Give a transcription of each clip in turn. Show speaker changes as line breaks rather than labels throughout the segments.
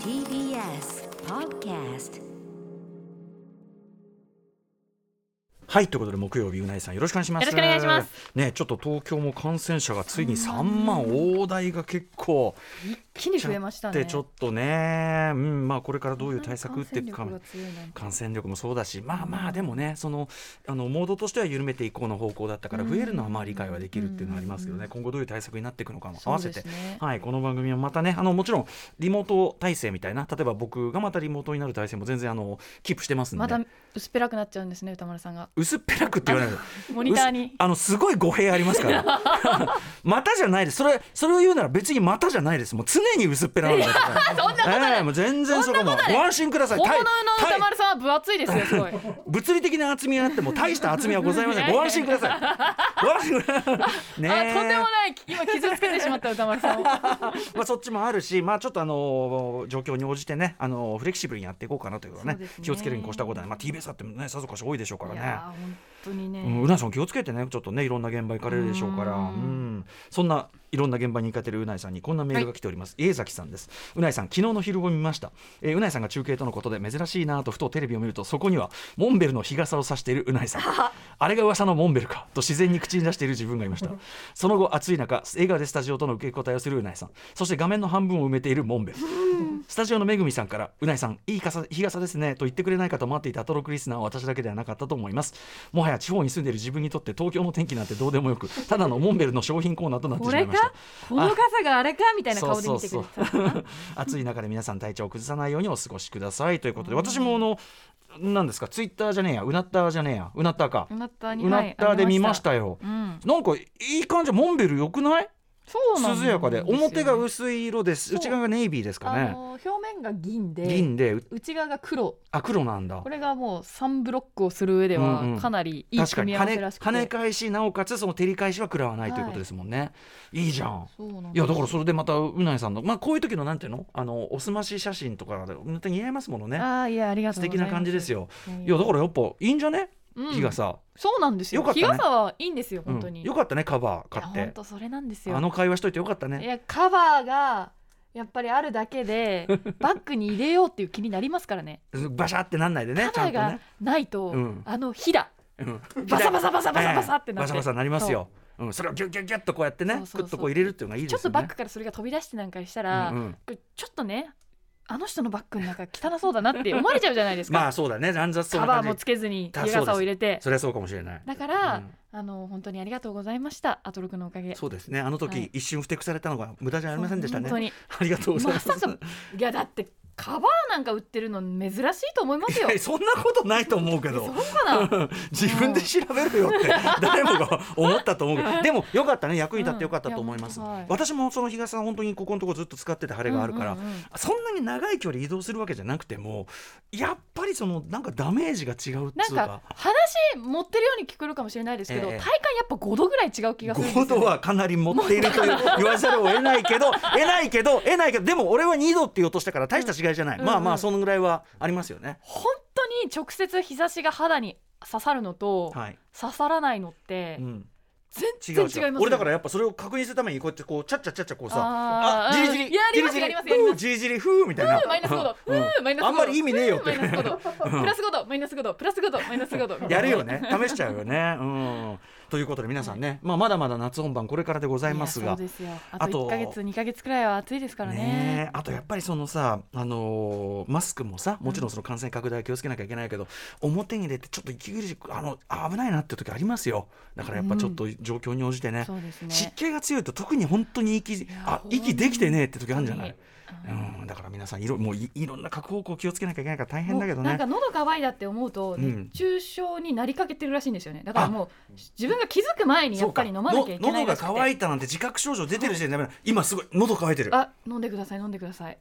TBS Podcast
はいということで木曜日うないさんよろしくお願いします
よろしくお願いします
ねちょっと東京も感染者がついに3万大台が結構
一気に増えましたね。
ちょっとねうんまあこれからどういう対策打っていくか
感染力が強いなんて
感染力もそうだしまあまあでもねそのあのモードとしては緩めていこうの方向だったから増えるのはまあ理解はできるっていうのはありますけどね今後どういう対策になっていくのかも合わせ
そ
て、
うですね
はい、この番組はまたねあのもちろんリモート体制みたいな例えば僕がまたリモートになる体制も全然あのキープしてますんで。
また薄っぺらくなっちゃうんですね、歌丸さんが。
薄っぺらくって言わないの
モニターに
薄あのすごい語弊ありますから またじゃないですそれそれを言うなら別にまたじゃないですもう常に薄っぺら なんだからそんなことない、ええもう全然そこもうご安心ください
本物の
たい
歌丸さんは分厚いです よ、すごい。
物理的な厚みがあっても大した厚みはございま せんご安心くださいご安心くださいねえ
あ、とんでもない、今傷つけてしまった歌丸さんを。
まあ そっちもあるし、まあ、ちょっとあの状況に応じてねあのフレキシブルにやっていこうかなというのはね
そうですね
気をつけるに越したことはない、まあ、TBS だってねさぞかし多いでしょうから
い
ね。
やー、本当にね。
うん、うなさん気をつけてねちょっとねいろんな現場行かれるでしょうからうんそんないろんな現場に行かれてるうないさんにこんなメールが来ております、家崎さんですうないさん昨日の昼を見ました、えーうないさんが中継とのことで珍しいなとふとテレビを見るとそこにはモンベルの日傘を差しているう ないさんあれが噂のモンベルかと自然に口に出している自分がいましたその後暑い中笑顔でスタジオとの受け答えをするうないさんそして画面の半分を埋めているモンベルスタジオのめぐみさんから、うないさん、いい傘日傘ですねと言ってくれないかと待っていたアトロクリスナーは私だけではなかったと思います。もはや地方に住んでいる自分にとって東京の天気なんてどうでもよく、ただのモンベルの商品コーナーとなってし
こ
まい
れ
ました
か。この傘があれかみたいな顔で見てく
そ
れ
う
て
そ
た
うそう暑い中で皆さん体調を崩さないようにお過ごしくださいということで、私もあの、なんですか、ツイッターじゃねえや、うなったーじゃねえや、うなったーか。
うなったに
うなったーで見まし。
は
たよ。
いうん。
なんかいい感じ、モンベル良くない
そうなんです
涼
よ
やかで、表が薄い色です、
そう
内側がネイビーですか
あ
ね。
の表面が銀で
銀で、
内側が黒
あ、黒なんだ
こ。れがもう3ブロックをする上で
うんう
は
ん
かなりいい
確か
組
に
み合
跳
わせ
ね
らしくて、
跳ね返しなおかつその照り返しは食らわないということですもんね、い、いじゃん
そうなん
い
です
やだからそれでまたうなえさんのまあこういう時のなんていうのあのおすまし写真とかで本当に似合いますものね
あーいやありが
素
とうござい
敵
ます
な感じですよ
いやい
い
や
やだからやっぱいいんじゃね
うん
日傘、
そうなんですよ
よかった
日
ね
傘はいいんですよ
うん
本当に、
よかったねカバー
い
買
や
っ
本
て
当それなんですよ
あの会話しといてよかった
い
ね
やカバーがやっぱりあるだ けでバッグに入れようっていう気になりますからね
バシャってなんないでね
カ
ちゃ
バ
ん
ー
と
が
ね、
ないと、
うん
あの火だ
うん
バサバサバサバサバサってなっ
バ
て
サバサなりますようん、それをギュッギュッギュッとこうやって
そ
ね
うそうそう
グッとこう入れるっていうのがいい
ち
で
ょっ
すよ
と
ね
バッグからそれが飛び出してなんかしたら、
うんうん
これちょっとねあの人のバッグの中汚そうだなって思われちゃうじゃないですか、
まあそうだね乱雑そう
カ
な
バ
感
ー
じ
もつけずに
だ
日傘を入れて
それはそうかもしれない
だから、
うん
あの本当にありがとうございましたアトロクのおかげ
そうですね。あの時、
はい
一瞬ふてくされたのが無駄じゃありませんでしたね。
本当に
ありがとうございます。
まさかいやだってカバーなんか売ってるの珍しいと思います よ
いやそんなことないと思うけ
そう
ど。
かな
自分で調べるよって誰もが思ったと思うけどでもよかったね役に立ってよかったと思います、
うんいや本当
私もその日傘本当にここのとこずっと使ってて晴れがあるから、
うんうんうん
そんなに長い距離移動するわけじゃなくてもやっぱりそのなんかダメージが違うっ
な
つ
ん
う
か
か
話持ってるように聞こえるかもしれないですけど、
ええ
体感やっぱ5度ぐらい違う気がするんですよ、
5度はかなり持っているという言わざるを得ない けど得ないけど得ないけどでも俺は2度って言おうとしたから大した違いじゃない、
うん
まあ
うん
まあそのぐらいはありますよね。
本当に直接日差しが肌に刺さるのと、
はい
刺さらないのって
うん違
全
う違う
然違いますよね
俺だからやっぱそれを確認するためにこうやってこうちゃっちゃっちゃっちゃこうさ
あー
じりじり
うんやります
じりじり
やりますやります
ふうじりじりふうみたいな
ふうマイナス5度、ふ
うん
うマイナス5度
あんまり意味ねえよって
ふうマイナス5度プラス5度マイナス5度プラス5度マイナス5度
やるよね試しちゃうよねうんということで皆さんねまあまだまだ夏本番これからでございます
や
が
そうですよ
あ
あ
と
と1ヶ月2ヶ月くらいは暑いですからね
ねえあとやっぱりそのさ、あのーマスクもさもちろんその感染拡大気をつけなきゃいけないけど、表に出てちょっと息苦しくあの危ないなって時ありますよだからやっぱちょっと状況に応じてね,、
そうですね
湿気が強いと特に本当に息
や
あ
本当に
息できてねえって時あるんじゃない
本当
うん、だから皆さんいろもういいろんな各方向気をつけなきゃいけないから大変
もう
だけど
なん
ね
か喉乾いだって思うと
うん
熱中症になりかけてるらしいんですよねだからもう自分が気づく前にやっぱり飲まなきゃいけない
喉が
らしくて
渇いたなんて自覚症状出てる時点でダメだ今すごい喉乾いてる
あ飲んでください飲んでください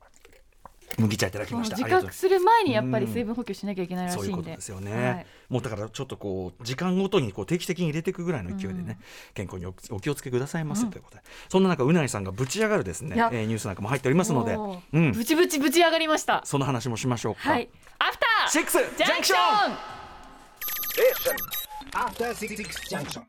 麦茶いただき
もう
ました
自
ありがとうございま
覚
す
する前にやっぱり水分補給しなきゃいけないらしいん
そう
で
いうことですよね、
はい
もうだからちょっとこう時間ごとにこう定期的に入れていくぐらいの勢いでね、
うん
健康におお気をつけくださいませということで、そんな中うないさんがぶち上がるですね
いや、
えーニュースなんかも入っておりますので
も、
う、
うんぶちぶちぶち上がりました
その話もしましょうか、
はいアフ
シ
ター
ックスジ
ジ
ャン
ャン
ク
ク
シ
シ
ョン
After Six
ョン
Junction.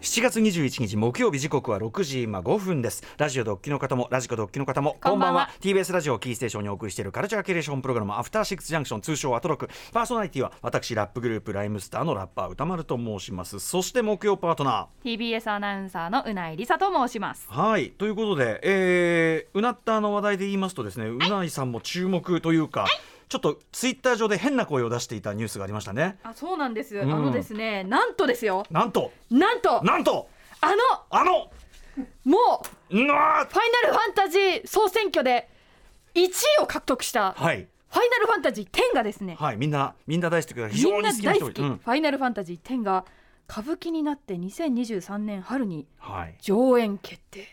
7月21日木曜日時刻は6時今5分ですラジオドッキの方もラジコドッキの方も
こんばんは
TBS ラジオをキーステーションにお送りしているカルチャーキュレーションプログラムアフターシックスジャンクション通称アトロクパーソナリティは私ラップグループライムスターのラッパー歌丸と申しますそして木曜パートナー
TBS アナウンサーのうないりさと申します
はいということで、えーうなったの話題で言いますとですね、うないさんも注目というか、ちょっとツイッター上で変な声を出していたニュースがありましたね
あそうなんです、
ん
あのですねなんとですよ
なんと
なんと
なんと
あの
あの
も
う
う
わ
ファイナルファンタジー総選挙で1位を獲得した
ーはい
ファイナルファンタジー10がですね、
はいみんなみんな大好きだから非常
みん
に
な
好きな
大
人
好き、
う
フ
ん
ァイナルファンタジー10が歌舞伎になって2023年春に
はい
上演決定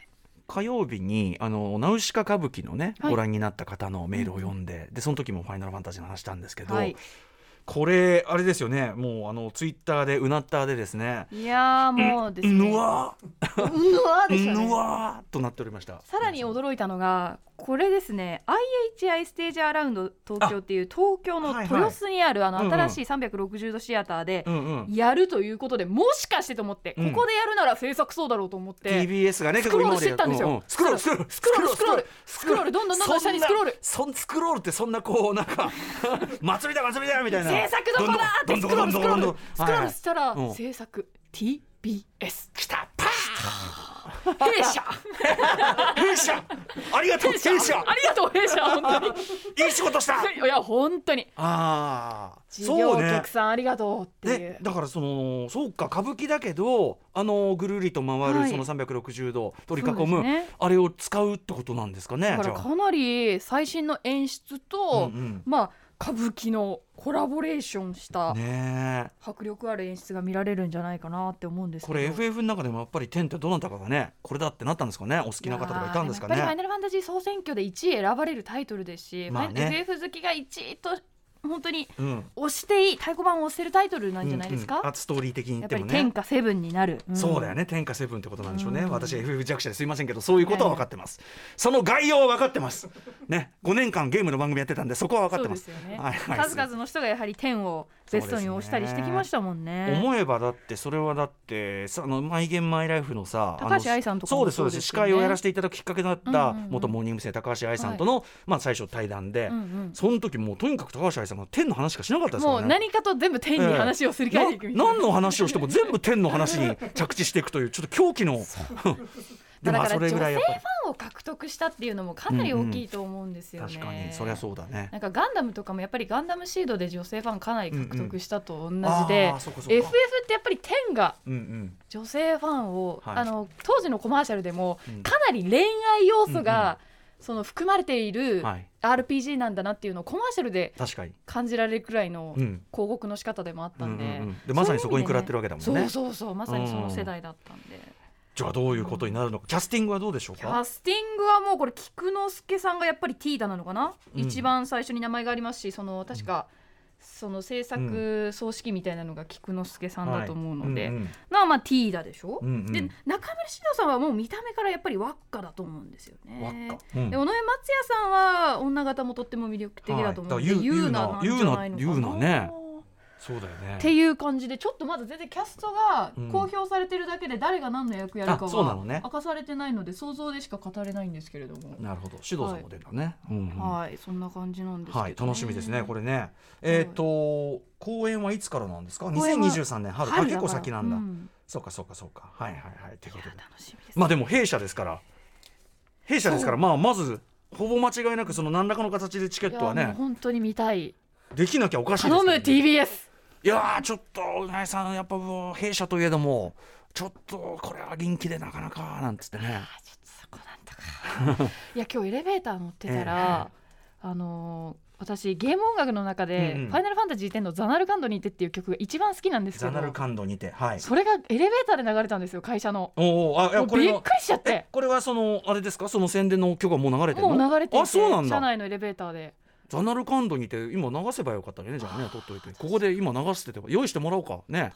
火曜日にあのナウシカ歌舞伎のね、
はい
ご覧になった方のメールを読んで、でその時もファイナルファンタジーの話したんですけど、
はい
これあれですよねもうあのツイッターでうなったーでですね
いやーもうですね
ぬわ
うわ
ー
でしたね
ぬわーとなっておりました
さらに驚いたのがこれですね IHI ステージアラウンド東京っていう東京の豊洲にあるあの
はいはい
新しい360度シアターで
うんうん
やるということでもしかしてと思ってこ
うん
こでやるなら制作そうだろうと思って。
TBS がね
スクロールしてったんですよ
ううスクロールスクロール
スクロールスクロールスクロールどんどんどんどん下にスクロール
そんなそんスクロールってそんなこうなんか 祭りだ祭りだみたいな
制作どこだーってスクロールスクロールスクロールしたら
うん
制作 TBS
きたパ
弊社
ー弊社ありがとう弊社
ありがとう弊社本当に
いい仕事した
いや本当に
ああ
事業
そう
お
ね
客さんありがとうってい
で
う
だからそのそうか歌舞伎だけどあのぐるりと回
は
る
い
その360度取り
そう
囲
です
む、
ね
あれを使うってことなんですかね
だか
じ
ら
ゃ
かなり最新の演出
あ、
と、
うん
まあ歌舞伎のコラボレーションした
うん、ねえ
迫力ある演出が見られるんじゃないかなって思うんですけ
こ
ど
れ FF の中でもやっぱり天ってどなたかがねこれだってなったんですかねお好きな方とかいたんですか
いやーやっぱり「ファ
ね
イナルファンタジー」総選挙で1位選ばれるタイトルですし、
まあね
FF 好きが1位と本当に
うん
押していい太鼓判を押せるタイトルなんじゃないですか、
うんうんあストーリー的に言
や
っ
っぱ
ても
り
ね
天下セブンになる、
そうだよね天下セブンってことなんでしょうね、
うん
私 FF 弱者ですいませんけどそういうことは分かってます、その概要は分かってますね5年間ゲームの番組やってたんでそこは分かってます
そうですよね、
はいはい
数々の人がやはり天をベストに押したりしてきましたもんね
思えばだってそれはだってさあの「マイ・ゲン・マイ・ライフ」のさあの
高橋愛さんとか
そう
も
ですそうです司
よね
会をやらせていただくきっかけだった
うんうんうん
元モーニング娘。高橋愛さんとの、まあ、最初対談で、
うんうん
その時もうとにかく高橋愛さんが天の話しかしなかったです
も
よ
う
ね。
何かと全部天に話をすり替えていくみたいな、
何の話をしても全部天の話に着地していくというちょっと狂気の でも
だ
まあ
から
それぐらいやっぱり
ファンを獲得したっていうのもかなり大きいと思うんですよね。
確かにそりゃそうだね。
なんかガンダムとかもやっぱりガンダムシードで女性ファンかなり獲得したと同じで、
ああそっかそっか
FF ってやっぱり天が
うんうん
女性ファンを、
はい
あの当時のコマーシャルでも
うん
かなり恋愛要素が、その含まれている
はい、
RPG なんだなっていうのをコマーシャルで
確かに、
感じられるくらいの
うん
広告の仕方でもあったんで、
うんうんうんでまさにそこに食らってるわけだもんね
そういう意味でそうそうそうまさにその世代だったんで。
じゃあどういうことになるのかキャスティングはどうでしょう
キャ
か
スティングはもうこれ菊之助さんがやっぱりティーダなのかな、
うん
一番最初に名前がありますしその確か、その制作葬式みたいなのが菊之助さんだと思うので、
はいんん
まあまあティーダでしょ、
うんうん
で中村獅童さんはもう見た目からやっぱり輪っかだと思うんですよ
輪
ね。
っかうん
で尾上松也さんは女方もとっても魅力的だと思うので、
はいだからゆ
ユーナなんじゃないのかな
ゆうなゆうなねそうだよね
っていう感じでちょっとまだ全然キャストが
うん
公表されてるだけで誰が何の役やるか
あそうなの
は
ね
明かされてないので想像でしか語れないんですけれども、
なるほど指導さんも出るのね、はいうんうんは
はいそんな感じなんですけど、
い、楽しみですねこれねえっ、と公演はいつからなんですか
公演は
2023年春あ
だ
結
から
構先なんだ、
うん
そうかそうかそうかはいはいはいというこ
いや
とで
楽しみです、
まあでも弊社ですから弊社ですからまあまずほぼ間違いなくその何らかの形でチケットはい
やも
ね
う本当に見たい
できなきゃおかしいです
頼む
けどね
TBS
いやーちょっとうなえさんやっぱもう弊社といえどもちょっとこれは臨機でなかなかなんつってね
あちょっとそこなんとか いや今日エレベーター乗ってたら、あのー私ゲーム音楽の中で
う
「
んうん
ファイナルファンタジー10」の「ザナルカンドにいて」っていう曲が一番好きなんですけ
ザ
ど
ナル感度にてはい
それがエレベーターで流れたんですよ会社の。
おおあい
も
や
う
こ
び
れ
っ
の
くりしちゃっ
え
て
これはそのあれですかその宣伝の曲はもう流れてる
も
の
う流れていて
あそうなん
社
だ
内のエレベーターで
ザナルカンドにて今流せばよかったねじゃあね取っといてここで今流してて用意してもらおうかね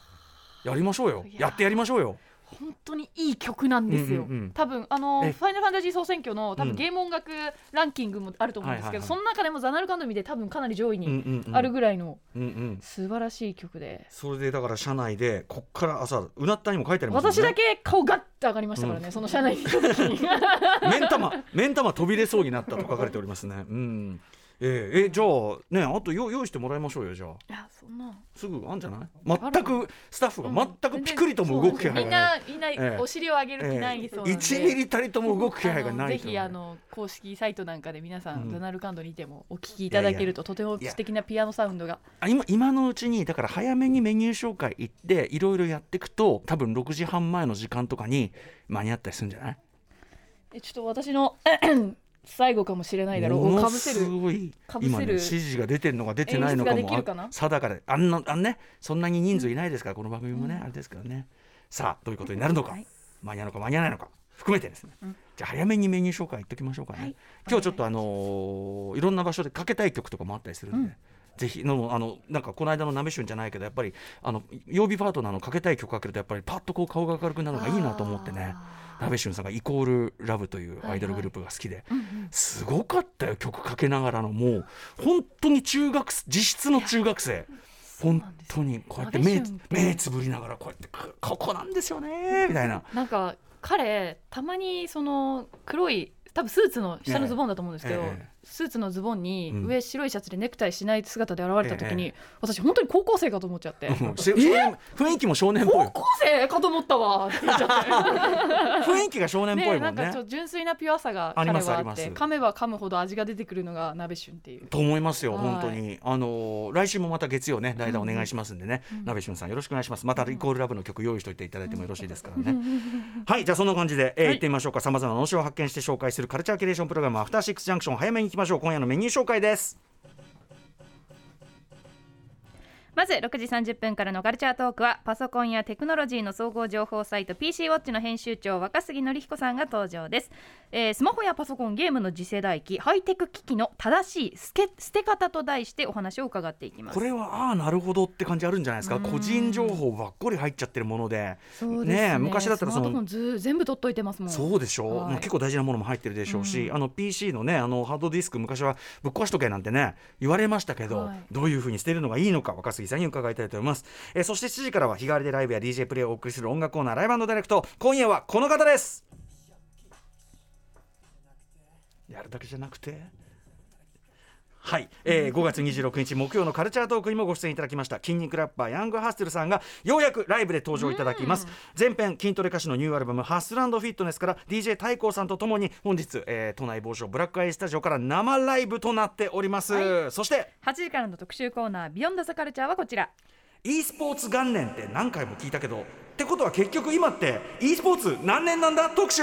やりましょうよ
いやー
やってやりましょうよ
本当にいい曲なんです
う
よ、
んうんうん
多分あの
え
「ファイナルファンタジー総選挙の」
う
多
ん
分ゲーム音楽ランキングもあると思うんです
はいはい
けど、
はい
その中でも「ザナルカンドミ」で多分かなり上位に
ん
あるぐらいの
うんうん
素晴らしい曲で、
それでだから社内でこっから朝うなったにも書いてあります
私だ
け
け顔ガッて上がりましたからね、その社内にい た時に
目ん玉目ん玉飛び出そうになったと書かれておりますねうんえええじゃあねあと用用意してもらいましょうよじゃあ
いやそんな
すぐあんじゃない
ある
全くスタッフが全くピクリとも動く気配がない、
みんなみん
ええ
なお尻を上げる気ない
ええ
そうなんで、
1ミリたりとも動く気配が
あの
ない
ぜひあの公式サイトなんかで皆さん、
うん
ドナルカンドにてもお聞きいただけるととても素敵なピアノサウンドが
あ今今のうちにだから早めにメニュー紹介行っていろいろやっていくと多分6時半前の時間とかに間に合ったりするんじゃない
えちょっと私の 最後かもしれないだろ
も
う
の
かぶせ
す
る
ごい
かぶせる
今ね指示が出てるのか出てないのか
演出ができ
も
るかな
あ定かであんなあんねそんなに人数いないですからこの番組もね、あれですからねさあどういうことになるのか、
はい
間に合うのか間に合わないのか含めてですね、じゃあ早めにメニュー紹介いっときましょうかね、
はい
今日ちょっとあのーいろんな場所でかけたい曲とかもあったりするんで。ぜひのあのなんかこの間の鍋旬じゃないけどやっぱりあの曜日パートナーのかけたい曲かけるとやっぱりパッとこう顔が明るくなるのがいいなと思ってね鍋旬さんが「イコールラブというアイドルグループが好きで、すごかったよ曲かけながらのもう本当に中学生実質の中学生本当にこうやって目
鍋旬って
目つぶりながらこうやってこここなんですよねみたいな
なんか彼たまにその黒い多分スーツの下のズボンだと思うんですけど、
ええええ
スーツのズボンに
うん
上白いシャツでネクタイしない姿で現れた時に、
え
私本当に高校生かと思っち ゃって
うんし雰囲気も少年っぽい
高校生かと思ったわって言っちゃって
雰囲気が少年っぽ
ね
い
な
も
ん
ん
か
ね
ちょっ。と純粋なピュアさが
あり
彼
ます
はあ
あ
っ
り
て
ます
噛めば噛むほど味が出てくるのが鍋旬っていう
と思いますよ、
はい
本当に。あのー来週もまた月曜ね、代打お願いしますんでね、鍋島さんよろしくお願いします。またイコールラブの曲用意しておいていただいてもよろしいですから ね。はい、じゃあそんな感じで、えー
はい
行ってみましょうか。さまざまな能しを発見して紹介するカルチャーキュレーションプログラム、アフターシックスジャンクション、早めに行きましょう。今夜のメニュー紹介です。
まず6時30分からのカルチャートークはパソコンやテクノロジーの総合情報サイト PC ウォッチの編集長若杉則彦さんが登場です、えースマホやパソコンゲームの次世代機ハイテク機器の正しい捨て捨て方と題してお話を伺っていきます
これは、ああー、なるほどって感じあるんじゃないですか。個人情報ばっかり入っちゃってるもので。
そう
ですねねえ昔だったらそ
ス
の
マートフォンず全部取っといてますもん
そうでしょう、
はい
まあ結構大事なものも入ってるでしょうし、あの PC のねあのハードディスク昔はぶっ壊しとけなんてね言われましたけど、
はい
どういうふうに捨てるのがいいのか若杉さんに伺いたいと思います、えーそして7時からは日替わりでライブや DJ プレイをお送りする音楽コーナーライブダイレクト今夜はこの方ですやるだけじゃなくてはい、えー、5月26日木曜のカルチャートークにもご出演いただきました筋肉ラッパーヤングハッスルさんがようやくライブで登場いただきます前編筋トレ歌手のニューアルバム「ハッスルフィットネス」から DJ 太閤さんとともに本日、えー都内某所ブラックアイスタジオから生ライブとなっております、そして
8時からの特集コーナー「ビヨンドザカルチャーはこちら
e スポーツ元年って何回も聞いたけどってことは結局今って e スポーツ何年なんだ特集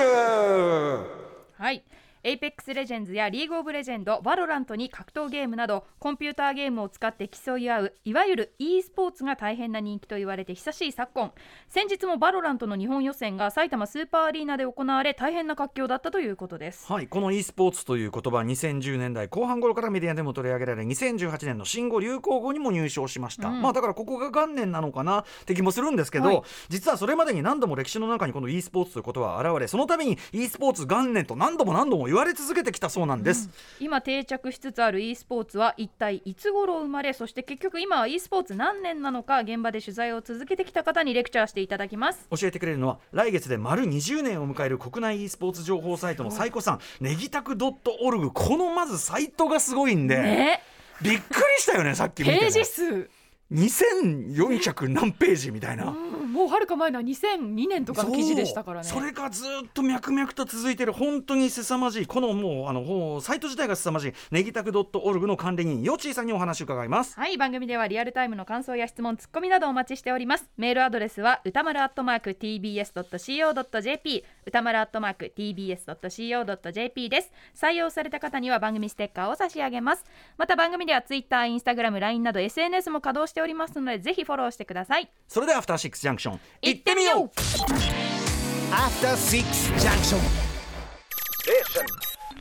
はい。エイペックスレジェンズやリーグオブレジェンド、バロラントに格闘ゲームなど、コンピューターゲームを使って競い合う、いわゆる e スポーツが大変な人気と言われて久しい昨今。先日もバロラントの日本予選が埼玉スーパーアリーナで行われ、大変な活況だったということです。
はい、この e スポーツという言葉は2010年代後半頃からメディアでも取り上げられ2018年の新語・流行語にも入賞しました、まあ、だからここが元年なのかなって気もするんですけど、
はい
実はそれまでに何度も歴史の中にこの e スポーツということは現れそのために e スポーツ元年と何度も何度も言われ続けてきたそうなんです。
今定着しつつある e スポーツは一体いつ頃生まれ、そして結局今は e スポーツ何年なのか、現場で取材を続けてきた方にレクチャーしていただきます。
教えてくれるのは来月で丸20年を迎える国内 e スポーツ情報サイトのサイコさんネギタクドットオルグこのまずサイトがすごいんで、
ね、
びっくりしたよねさっき見て、ね、
ページ数、
2400何ページみたいな。
うんもうはるか前の2002年とかの記事でしたからね
そうそれがずっと脈々と続いてる本当に凄まじいこのもうあのほうサイト自体が凄まじいネギタクドットオルグの管理人よちーさんにお話を伺います
はい番組ではリアルタイムの感想や質問ツッコミなどお待ちしておりますメールアドレスは歌丸アットマーク tbs.co.jp 歌丸アットマーク tbs.co.jp です採用された方には番組ステッカーを差し上げますまた番組ではツイッターインスタグラム LINE など SNS も稼働しておりますのでぜひフォローしてください
それではアフターシックスジャンクション
行ってみよう
After Six Junction.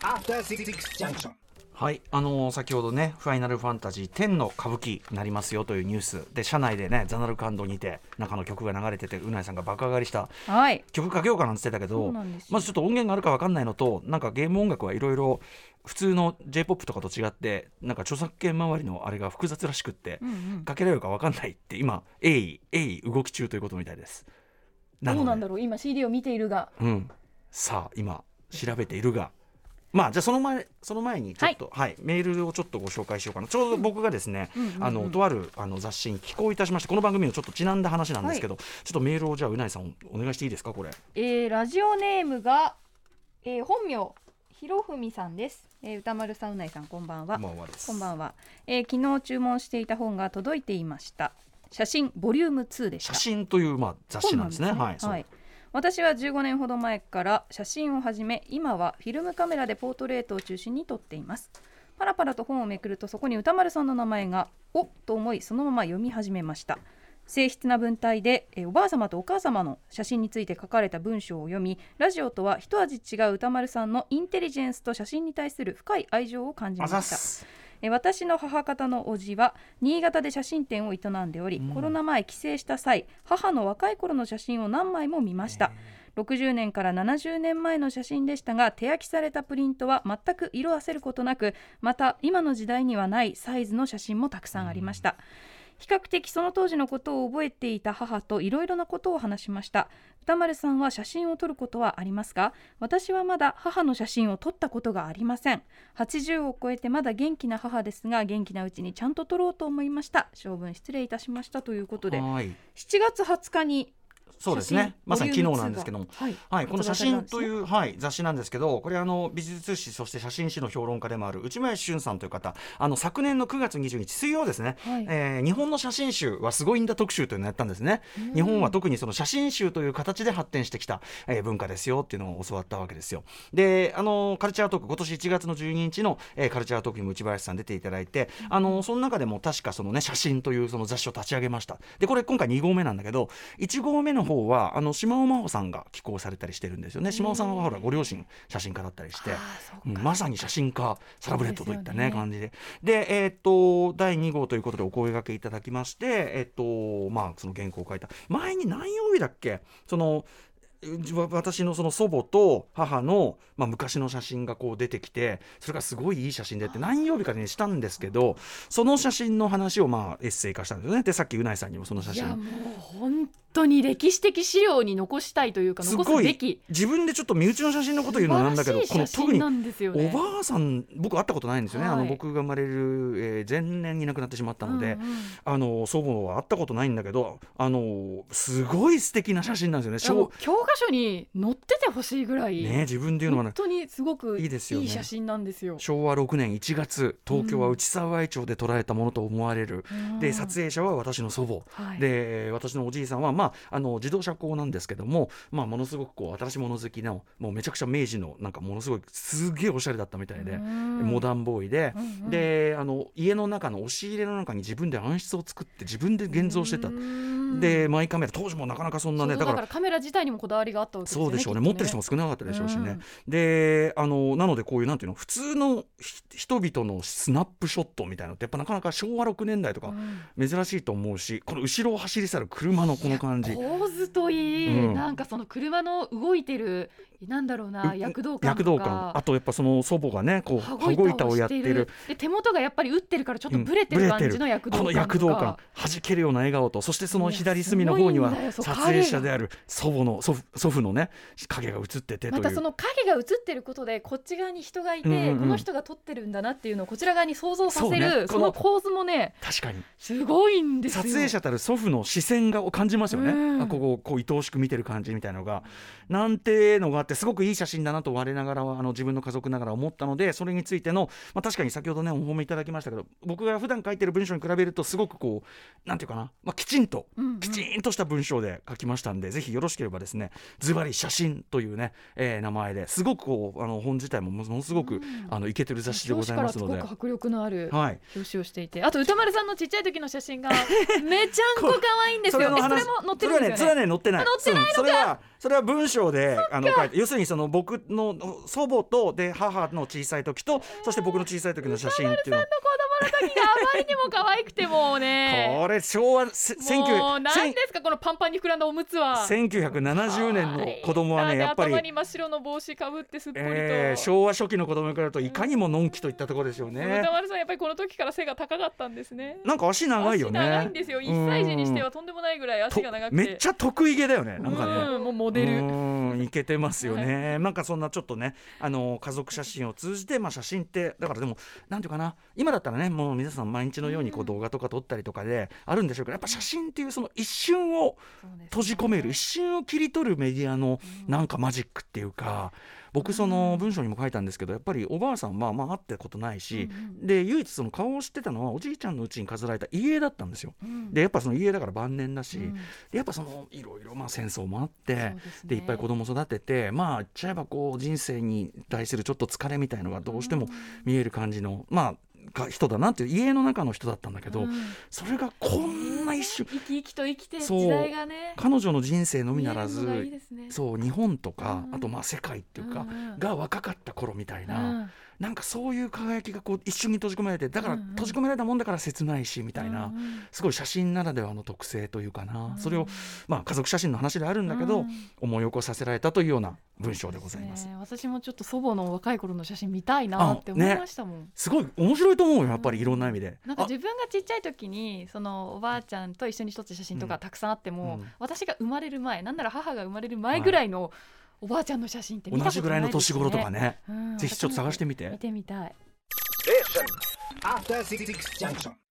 After Six Junction.
はい、あのー先ほどね「ファイナルファンタジー10」の歌舞伎になりますよというニュースで社内でね「ザナルカンド」にて中の曲が流れててうないさんが爆上がりした
はい
曲かけようかなんて言ってたけ
そ
ど
うなんですよ
まずちょっと音源があるか分かんないのとなんかゲーム音楽はいろいろ普通の j p o p とかと違ってなんか著作権周りのあれが複雑らしくって、
うんうん
かけられるか分かんないって今鋭意鋭意動き中ということみたいです。
どうなん
ので
だろう今 CD を見ているが
うん、さあ今調べているがまあじゃあその前その前にちょっと、はいメールをちょっとご紹介しようかなちょうど僕がですね、あのとあるあの雑誌に寄稿いたしましてこの番組のちょっとちなんだ話なんですけど、ちょっとメールをじゃあうないさんお願いしていいですかこれ
えーラジオネームが、えー本名ひろふみさんです、えー歌丸さんうないさんこんばんは
こんばんはです
こんばんは、えー昨日注文していた本が届いていました写真ボリューム2でした
写真というまあ雑誌なんですね
本
はい、そう
私は15年ほど前から写真を始め今はフィルムカメラでポートレートを中心に撮っていますパラパラと本をめくるとそこに歌丸さんの名前が「おっ」と思いそのまま読み始めました正筆な文体でえーおばあ様とお母様の写真について書かれた文章を読みラジオとは一味違う歌丸さんのインテリジェンスと写真に対する深い愛情を感じま
あ
し
ざったす
えー私の母方の叔父は新潟で写真展を営んでおり、
うん
コロナ前帰省した際母の若い頃の写真を何枚も見ました、60年から70年前の写真でしたが手焼きされたプリントは全く色あせることなくまた今の時代にはないサイズの写真もたくさんありました、比較的その当時のことを覚えていた母といろいろなことを話しました歌丸さんは写真を撮ることはありますか私はまだ母の写真を撮ったことがありません80を超えてまだ元気な母ですが元気なうちにちゃんと撮ろうと思いました性分失礼いたしましたということで7
はい
月20日に
そうですね
写真
まさに
ボリュ
昨日
ーム2
なんですけども
がはい
はい、この写真というう、はい、雑誌なんですけど、これあの美術史そして写真史の評論家でもある内林俊さんという方、あの昨年の9月20日水曜ですね、
はい
えー日本の写真集はすごいんだ特集というのをやったんですね。日本は特にその写真集という形で発展してきた、えー文化ですよっていうのを教わったわけですよ。で、あのカルチャートーク今年1月の12日の、えーカルチャートークにも内林さん出ていただいて、あのその中でも確かそのね写真というその雑誌を立ち上げました。で、これ今回2号目なんだけど、1号目の方はあの島尾真帆さんが寄稿されたりしてるんですよね。島尾さんはほらご両親写真家だったりして。
あーそうか
まさに写真家サラブレッドといったね
そうですよね
感じででえーっと第2号ということでお声掛けいただきましてえーっとまあその原稿を書いた前に何曜日だっけそのうわ私のその祖母と母の、まあ、昔の写真がこう出てきてそれがすごいいい写真でって何曜日かにしたんですけどその写真の話をまあエッセイ化したんですよねでさっきうないさんにもその写
いや
真
もう本当に歴史的資料に残したいというか
す
残
ご
すべ
い
き
自分でちょっと身内の写真のこと言うのはなんだけどこ
素晴ら
の
しい写
特
真
に
なんですよ
お
ね。
ばあさん僕会ったことないんですよね、
はい
あの僕が生まれる、えー前年に亡くなってしまったので、
うんうん
あの祖母は会ったことないんだけどあのすごい素敵な写真なんですよね
いやもう
小
教科書に載っててほしいぐらい、
ね自分で言うのは
本
ね
当にすごく
いいですよね
いい写真なんですよ。
昭和6年1月東京は内沢井町で捉えたものと思われる、
う
で
ん
撮影者は私の祖母、
はい
で私のおじいさんは、まあ、あの自動車工なんですけども、まあ、ものすごくこう新しいもの好きのもうめちゃくちゃ明治のなんかものすごいすげえおしゃれだったみたいで、
うん
モダンボーイで、
うんうん
であの家の中の押し入れの中に自分で暗室を作って自分で現像してた、
うん
でマイカメラ当時もなかなかそんな
そう
ね
だ
だ
か
から
らカメラ自体にもこだわりがあったわけですよ
そう
ね。
でしょうね
き
持ってる人も
と
少なかったでしょうしね、
うん
であのなのでこういうなんていうの普通のひ人々のスナップショットみたいなのってやっぱなかなか昭和6年代とか珍しいと思うし、この後ろを走り去る車のこの感じ。
構図といい、
うん
なんかその車の動いてるなんだろうな
う
躍動感
躍
と
動感
か
あとやっぱその祖母がねこう羽子板をやってる
で手元がやっぱり打ってるからちょっと
うん
ブレて
ブ
る
レてる
感じの躍動
こ
感
の
とか
躍動感弾けるような笑顔とそしてその左隅の方にはい
やすごいんだよそう
撮影者である祖母の祖父祖父のね影が映っててという、
またその影が映ってることでこっち側に人がいて、
うんうんうん
この人が撮ってるんだなっていうのをこちら側に想像させ
そう
る
ね
そ,、
この
の構図もね
確かに
すごいんですよ
撮影者たる祖父の視線がを感じますよね、
うん
あここをこう愛おしく見てる感じみたいなのがなんてのがあってすごくいい写真だなと我ながらはあの自分の家族ながら思ったのでそれについての、まあ、確かに先ほどねお褒めいただきましたけど僕が普段書いてる文章に比べるとすごくこうなんていうかな、まあ、きちんと
うんうん
きちんとした文章で書きましたんで、ぜひよろしければですねズバリ写真というね、えー名前ですごくこうあの本自体もものすごく、あのイケてる雑誌でございますの
表紙
で
から。すごく迫力のある
はい
表紙をしていてあと歌丸さんのちっちゃい時の写真がめちゃんこ可愛いんです
それ
よ
の
えそれ
話
も載って
それ
るん
は
です
ね、それは
よね
ね、載ってない。
あ載ってない
う
のか
んそれは、それは文章で、あの、書いて、要するに、その、僕のお祖母と、で、母の小さい時と、そして、僕の小さい時の写真っていうの。
子供の時があまりにも可愛くてもうね
これ、昭和、せ千九
もう何ですかこのパンパンに膨らんだおむつは
1970年の子供はね、
で
やっぱり
頭。に真っ白の帽子かぶってすっぽりと、
えー昭和初期の子供に比べるといかにものんきといったところですよね
歌。丸さんやっぱりこの時から背が高かったんですね
なんか足長いよね。
足長いんですよ一歳児にしてはとんでもないぐらい
と
足が長くて
めっちゃ得意げだよね。なんかね。
うんもうモデ
う
ル
ーんいけてますよね、なんかそんなちょっとねあの家族写真を通じて、まあ、写真ってだからでもなんていうかな今だったらねもう皆さん毎日のようにこう動画とか撮ったりとかであるんでしょうけど、やっぱ写真っていうその一瞬を閉じ込める一瞬を切り取るメディアのなんかマジックっていうか僕その文章にも書いたんですけどやっぱりおばあさんはまあ会ったことないし、で唯一その顔を知ってたのはおじいちゃんのうちに飾られた遺影だったんですよ。でやっぱその遺影だから晩年だし、
うん
でやっぱそのいろいろまあ戦争もあってで,、
そうですね
いっぱい子供育ててまあ言っちゃえばこう人生に対するちょっと疲れみたいのがどうしても見える感じの、まあか人だなっていう家の中の人だったんだけど、
うん
それがこんな一瞬
生き生きと生きて
そう
時代がね
彼女の人生のみならず
見えるのがいいですね
そう日本とか、
うん
あとまあ世界っていうか、
うんうん
が若かった頃みたいな、
うん
なんかそういう輝きがこう一瞬に閉じ込められてだから
うんうん
閉じ込められたもんだから切ないしみたいな、
うんうん
すごい写真ならではの特性というかな、
うん
それを、まあ、家族写真の話であるんだけど、
うん
思い起こさせられたというような文章でございます。
ね私もちょっと祖母の若い頃の写真見たいなって思いましたもん、
すごい面白いと思うよやっぱりいろんな意味で。
なんか自分がちっちゃい時にそのおばあちゃんと一緒に撮った写真と
うん
かたくさんあっても、
うん
私が生まれる前なんなら母が生まれる前ぐらいのおばあちゃんの写真って見
あ
た
同
こと
じぐらいの年頃とか
ね、
ね、
うん
ぜひちょっと探してみて
見てみたい
After Six Junction.